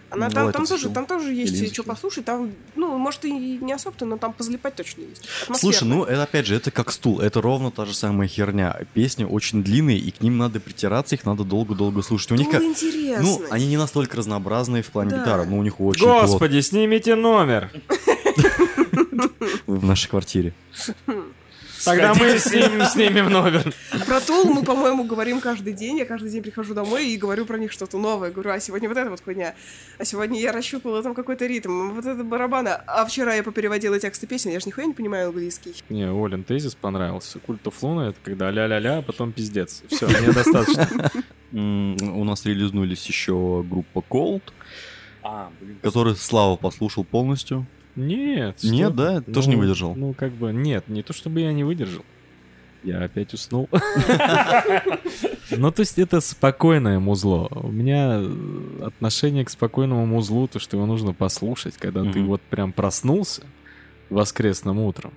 Она Ну, там, это там, the тоже, Hill. там тоже Или in есть the что Hill. послушать, там, ну, может, и не особо, но там позалипать точно есть. Слушай, Атмосферно. ну это опять же, это как стул, это ровно та же самая херня. Песни очень длинные, и к ним надо притираться, их надо долго-долго слушать. У них Было как... интересно. Ну, они не настолько разнообразные в плане Да. гитары, но у них очень плотно Господи, снимите номер. в нашей квартире. Тогда мы Сходите. снимем, снимем номер. Про Тул мы, по-моему, говорим каждый день. Я каждый день прихожу домой и говорю про них что-то новое. Говорю, а сегодня вот это вот хуйня. А сегодня я расщупала там какой-то ритм. Вот это барабана. А вчера я попереводила тексты песен. Я же нихуя не понимаю английский. Не, Олен, тезис понравился. Культ Туфлона — это когда ля-ля-ля, а потом пиздец. Все, мне достаточно. М, У нас релизнулись еще группа Cold, А, блин. которую Слава послушал полностью. Нет. что Нет, ты. да? Тоже не Ну, выдержал? Ну, как бы, нет, не то чтобы я не выдержал. Я опять уснул. Ну, то есть это спокойное музло. У меня э, отношение к спокойному музлу, то, что его нужно послушать, когда ты Мгм. вот прям проснулся воскресным утром,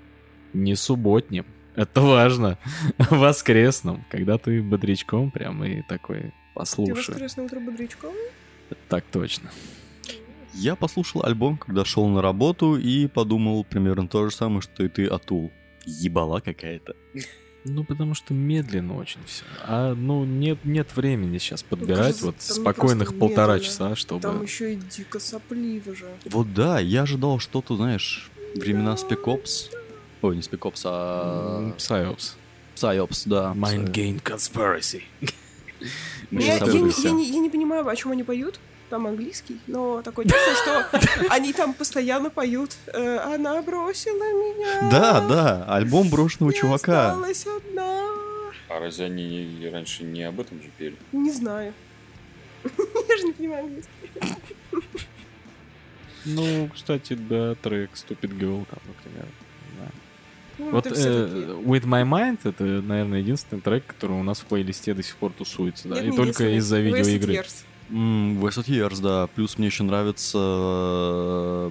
не субботним, это важно, воскресным, когда ты бодрячком прям и такой Ты послушай. воскресное утро бодрячком? Так точно. Я послушал альбом, когда шел на работу, и подумал примерно то же самое, что и ты, Атул. Ебала какая-то. Ну, потому что медленно очень все. А, ну, нет, нет времени сейчас подбирать Ну, кажется, вот там спокойных просто полтора медленно. часа, Ну чтобы... Там еще и дико сопливо же. Вот да, я ожидал что-то, знаешь, времена Спекопс. Ой, не Спекопс, а М, Psyops. Psyops, да. Mind Gain Conspiracy. Мы Я, же я с тобой не, все. я не- я не понимаю, о чем они поют. Там английский, но такое чувство, что они там постоянно поют. э, Она бросила меня. Да, да, альбом брошенного я чувака. осталась одна. А разве они не- не- раньше не об этом же пели? Не знаю. Я же не понимаю английский. Ну, кстати, да, трек Stupid Girl, там, например. Да. Ну, Вот это э, все такие. With My Mind это, наверное, единственный трек, который у нас в плейлисте до сих пор тусуется. Да? Нет, И не только единственный. из-за Wasted видеоигры. Years. М, Wasted Years, да. Плюс мне еще нравится...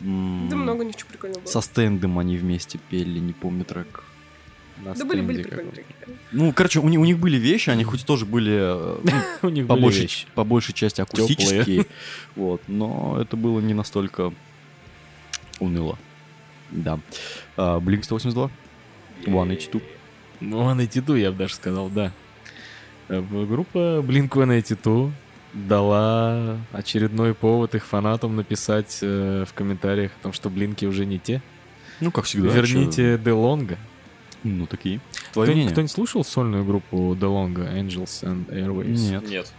м, Да много ничего прикольного было. Со стендом они вместе пели, не помню трек. На Да были, были стенде прикольные каком-то. треки. да. Ну, короче, у, ни- у них были вещи, они хоть тоже были э, ну, У них по были большей, вещи. по большей части акустические. Вот, но это было не настолько уныло. Да. А, Blink 182, One H2. One Ну, Титу, я бы даже сказал, да. Э, в- Группа Blink-182 дала очередной повод их фанатам написать э, в комментариях о том, что блинки уже не те. Ну, как всегда. Верните Делонга. чё. Ну, такие. Твое Кто, мнение? нибудь слушал сольную группу Делонга Angels and Airwaves? Нет. Нет.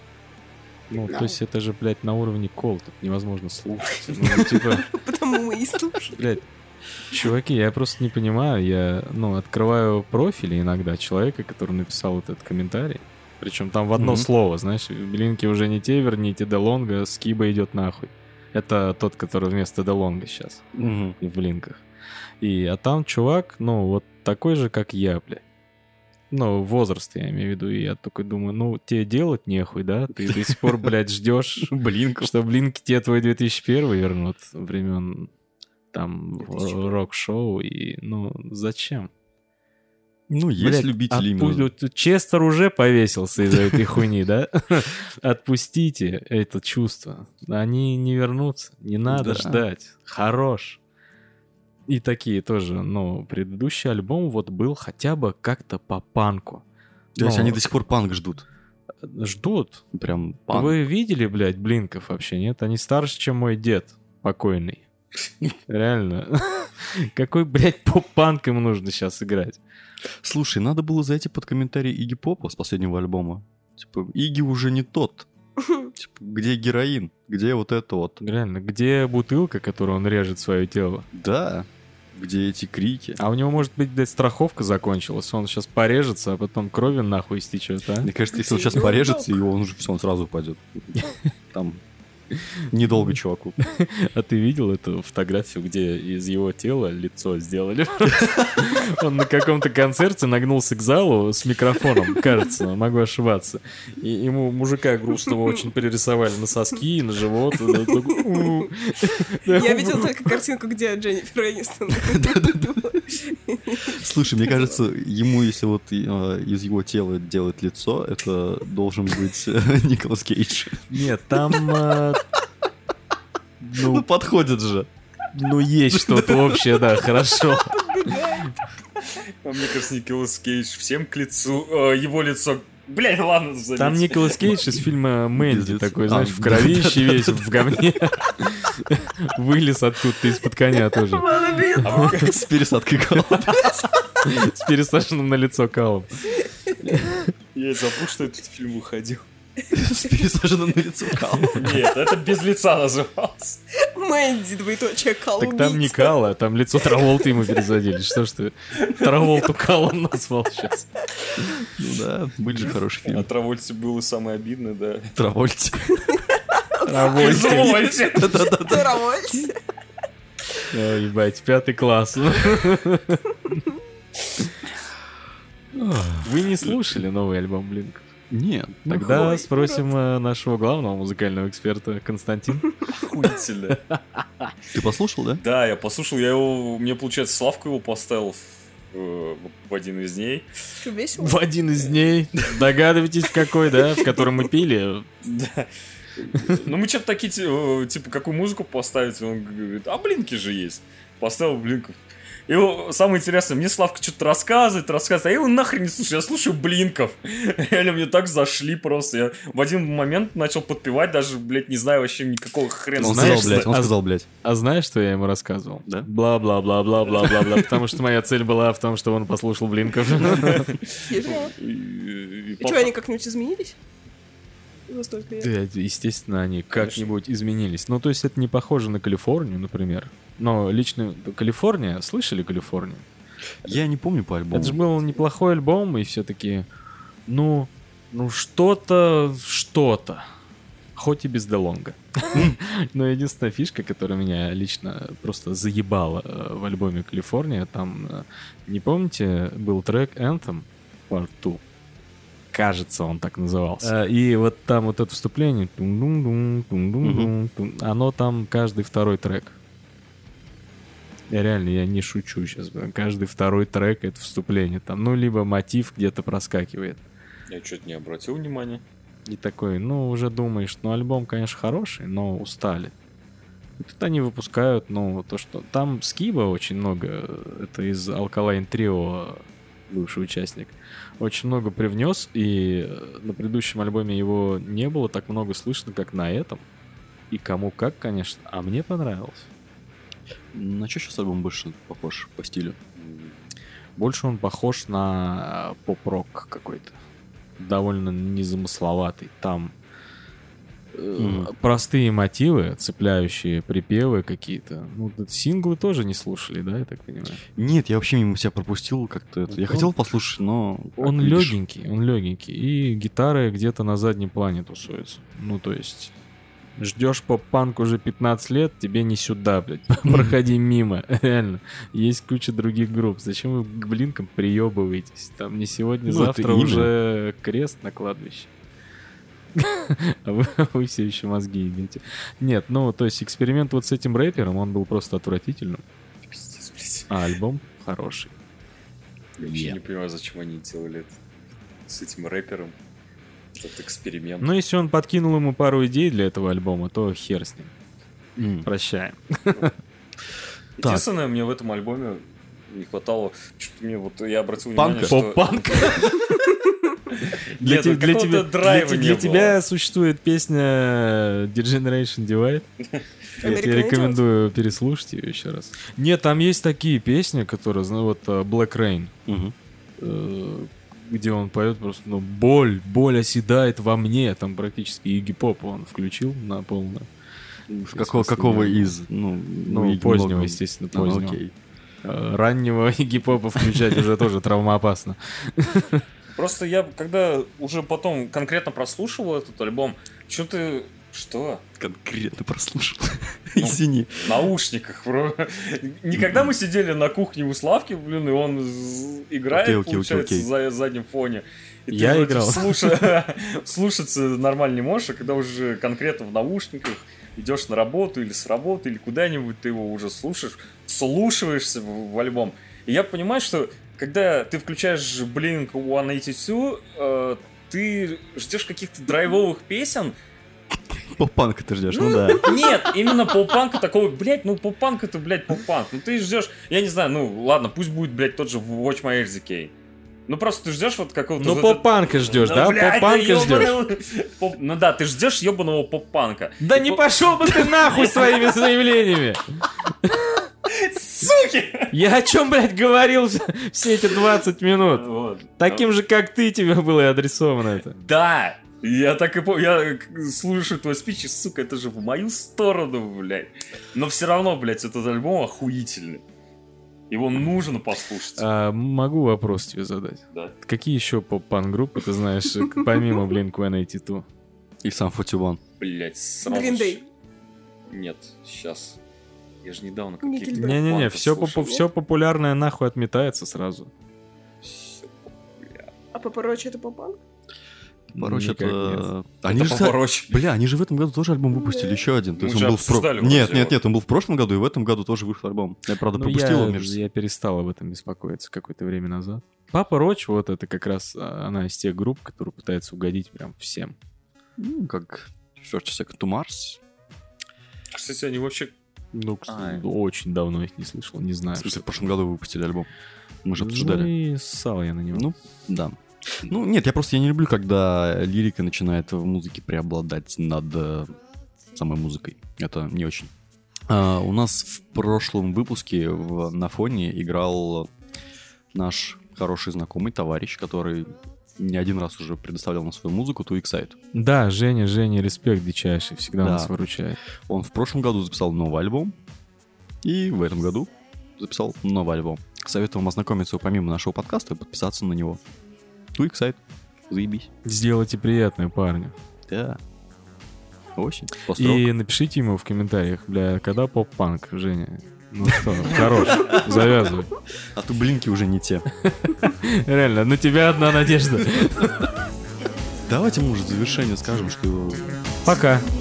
Ну, Да. то есть это же, блядь, на уровне кол, тут невозможно слушать. Ну, типа, Потому мы и слушаем. блядь, чуваки, я просто не понимаю, я, ну, открываю профили иногда человека, который написал вот этот комментарий, причем там в одно Мгм. слово, знаешь, блинки уже не те, верните Делонга, Скиба идет нахуй. Это тот, который вместо Делонга сейчас. Мгм. и в линках. И, а там чувак, ну, вот такой же, как я, блядь. Ну, возраст, я имею в виду. И я такой думаю, ну, тебе делать нехуй, да? Ты до сих пор, блядь, ждешь, Блинков. что блинки тебе твой 2001 вернут времен там 2001. рок-шоу. И, ну, зачем? Ну, есть Блядь, любители отпу- именно. вот Честер уже повесился из-за этой хуйни, да? Отпустите это чувство. Они не вернутся. Не Да. надо ждать. Хорош. И такие тоже. Но предыдущий альбом вот был хотя бы как-то по панку. То есть Ну, они до сих пор панк ждут. Ждут. Прям панк. Вы видели, блядь, блинков вообще, нет? Они старше, чем мой дед покойный. Реально. Какой, блядь, поп-панк им нужно сейчас играть? Слушай, надо было зайти под комментарий Иги Попа с последнего альбома. Типа, Иги уже не тот. Типа, где героин? Где вот это вот? Реально, где бутылка, которую он режет свое тело? Да. Где эти крики? А у него, может быть, блядь, страховка закончилась, он сейчас порежется, а потом крови нахуй стечет, а? Мне кажется, если он сейчас порежется, и он уже все, он сразу упадет. Там недолго чуваку. А ты видел эту фотографию, где из его тела лицо сделали? Он на каком-то концерте нагнулся к залу с микрофоном, кажется, могу ошибаться. И ему мужика грустного очень перерисовали на соски, на живот. Я видел только картинку, где Дженнифер Энистон. Слушай, мне кажется, ему, если вот э, из его тела делать лицо, это должен быть э, Николас Кейдж. Нет, там... э, Ну, подходит же. Ну, есть что-то общее, да, хорошо. А Мне кажется, Николас Кейдж всем к лицу, э, его лицо... Блять, ладно, забить. Там Николас Кейдж из фильма Мэнди Пиздец. такой, А, знаешь, в да, кровище весь, в говне. Вылез откуда-то из-под коня тоже. Молодец. А С пересадкой головы. С пересаженным на лицо калом. Я забыл, что этот фильм выходил. С пересаженным на лицо головы. Нет, это без лица назывался. Мэнди, двоеточие, колумбийца. Так там не кало, а там лицо Траволта ему пересадили. Что ж ты Траволту калом назвал сейчас? Ну да, были же хорошие А фильмы. Травольте было самое обидное, да. Травольте. Травольте. Извольте. Добровольцы. Ой, Ебать, пятый класс. Вы не слушали новый альбом Блинков? Нет. ну Тогда хватит. спросим э, нашего главного музыкального эксперта Константина. Охуительно. Ты послушал, да? Да, я послушал, я его, мне получается, Славка его поставил в, э, в один из дней. Что, весело? В один из дней. Догадывайтесь, в какой, да, в котором мы пили. Да. Ну мы что-то такие, ти- э, типа, какую музыку поставить? Он говорит, а блинки же есть. Поставил блинков. И о, самое интересное, мне Славка что-то рассказывает, рассказывает, а я его нахрен не слушаю, я слушаю блинков. Реально, мне так зашли просто. Я в один момент начал подпевать, даже, блядь, не знаю вообще никакого хрена. Он знаешь, сказал, блядь, он а- сказал, блядь. А знаешь, что я ему рассказывал? Да. Бла-бла-бла-бла-бла-бла-бла. Потому что моя цель была в том, что он послушал блинков. Весело. И- и- и И что, они как-нибудь изменились? За столько лет. Да, естественно, они как-нибудь изменились. Ну, то есть это не похоже на Калифорнию, например. Но лично Калифорния, слышали Калифорнию? Я не помню по альбому. Это же был неплохой альбом, и все-таки, ну, ну что-то, что-то. Хоть и без Делонга. Но единственная фишка, которая меня лично просто заебала э, в альбоме «Калифорния», там, э, не помните, был трек «Anthem» Part 2? Кажется, он так назывался. Э, И вот там вот это вступление, тум-дум-дум, тум-дум-дум, тум, оно там каждый второй трек. Я реально, я не шучу сейчас. Каждый второй трек — это вступление. Там, ну, либо мотив где-то проскакивает. Я что-то не обратил внимания. И такой, ну, уже думаешь, ну, альбом, конечно, хороший, но устали. И тут они выпускают, ну, то, что... Там скиба очень много. э, Это из Alkaline Trio бывший участник, очень много привнес, и э, на предыдущем альбоме его не было так много слышно, как на этом. И кому как, конечно, а мне понравилось. На что сейчас альбом больше похож по стилю? Больше он похож на э, поп-рок какой-то. Довольно незамысловатый. Там э, Мгм. простые мотивы, цепляющие припевы какие-то. Ну, тут синглы тоже не слушали, да, я так понимаю? Нет, я вообще мимо себя пропустил как-то это. Я Он- хотел послушать, но... Он как видишь, легенький, он легенький. И гитары где-то на заднем плане тусуются. Ну, то есть... Ждешь поп-панк уже 15 лет, тебе не сюда, блядь. Проходи мимо. Реально. Есть куча других групп. Зачем вы к блинкам приебываетесь? Там не сегодня, Ну, это завтра имя. уже крест на кладбище. А вы, вы все еще мозги едите. Нет, ну, то есть эксперимент вот с этим рэпером, он был просто отвратительным. Пиздец, блядь. А альбом хороший. Я вообще не понимаю, зачем они делали это с этим рэпером. Этот эксперимент. Ну, если он подкинул ему пару идей для этого альбома, то хер с ним. м, Прощаем. так. Единственное, мне в этом альбоме не хватало... Что-то мне вот... Я обратил Панка. внимание, что... Нет, те- вот какого-то драйва для, те- не для было. тебя существует песня Degeneration Divide. Я тебе American Idiot? рекомендую переслушать ее еще раз. Нет, там есть такие песни, которые, ну вот э, Black Rain, мгм. э, где он поет просто, ну, боль, боль оседает во мне. Там практически Игги Поп он включил на полную. В какого, в смысле, какого я- из? Ну, Ну, и позднего, много. естественно, А, позднего. окей. Э, Раннего Игги Попа включать уже тоже травмоопасно. Просто я, когда уже потом конкретно прослушивал этот альбом, что ты... Что? Конкретно прослушал. Извини. В наушниках, бро. Никогда мы сидели на кухне у Славки, блин, и он з- играет, Окей, окей, получается, окей, за заднем фоне. И ты Я вроде играл. слуша- слушаться нормально не можешь, а когда уже конкретно в наушниках идешь на работу или с работы, или куда-нибудь, ты его уже слушаешь, слушаешься в, в альбом. И я понимаю, что когда ты включаешь Blink 182, э, ты ждешь каких-то драйвовых песен, Поп-панка ты ждешь, ну да. нет, именно поп-панка такого, блядь, ну поп-панк это, блядь, поп-панк. Ну ты ждешь, я не знаю, ну ладно, пусть будет, блядь, тот же Watch My RZK. Ну просто ты ждешь вот какого-то... Ну, вот поп-панка это- ждешь, Ну, да? блядь, Поп-панка да ждешь. ёбаный- поп- Ну да, ты ждешь ебаного поп-панка. Да не пошел бы ты нахуй своими заявлениями! Суки! Я о чем, блядь, говорил все эти 20 минут? Вот. Таким же, как ты, тебе было и адресовано это. Да! Я так и помню, я к- слушаю твой спич, и, сука, это же в мою сторону, блядь. Но все равно, блядь, этот альбом охуительный. Его нужно послушать. А, могу вопрос тебе задать? Да. Какие еще поп-пан-группы ты знаешь, э, к- помимо Blink-182? И сам Фотиван. Блять, сразу. Green же. Day. Нет, сейчас. Я же недавно Никель какие-то... Блин, Не-не-не, панков все, слушал. все популярное нахуй отметается сразу. Всё популярно. А папорочи это попанк? Короче, Никак это... Они же... Это кстати, поворочь. Бля, они же в этом году тоже альбом выпустили, еще один. То Мы есть он же был в про- обсуждали вроде Нет, нет, его. нет, он был в прошлом году, и в этом году тоже вышел альбом. Я, правда, Ну, пропустил я, его между... я перестал об этом беспокоиться какое-то время назад. Папа Роч, вот это как раз а, она из тех групп, которые пытаются угодить прям всем. Ну, как... First Second to Mars. Кстати, они вообще... Ну, А, это- очень давно их не слышал, не знаю. А, В что смысле, в прошлом году выпустили альбом. Мы же Ну обсуждали. и ссал я на него. Ну, да. Ну, нет, я просто я не люблю, когда лирика начинает в музыке преобладать над э, самой музыкой. Это не очень. А, у нас в прошлом выпуске в- на фоне играл наш хороший знакомый товарищ, который не один раз уже предоставлял нам свою музыку, ту Excite. Да, Женя, Женя, респект дичайший, всегда Да. нас выручает. Он в прошлом году записал новый альбом, и в этом году записал новый альбом. Советую вам ознакомиться помимо нашего подкаста и подписаться на него. Ту Excite. Заебись. Сделайте приятное парню. Да. Осень. И... И напишите ему в комментариях, бля, когда поп-панк, Женя? Ну что, хорош, завязывай. А то блинки уже не те. Реально, на тебя одна надежда. Давайте, может, в завершение скажем, что Пока. Пока.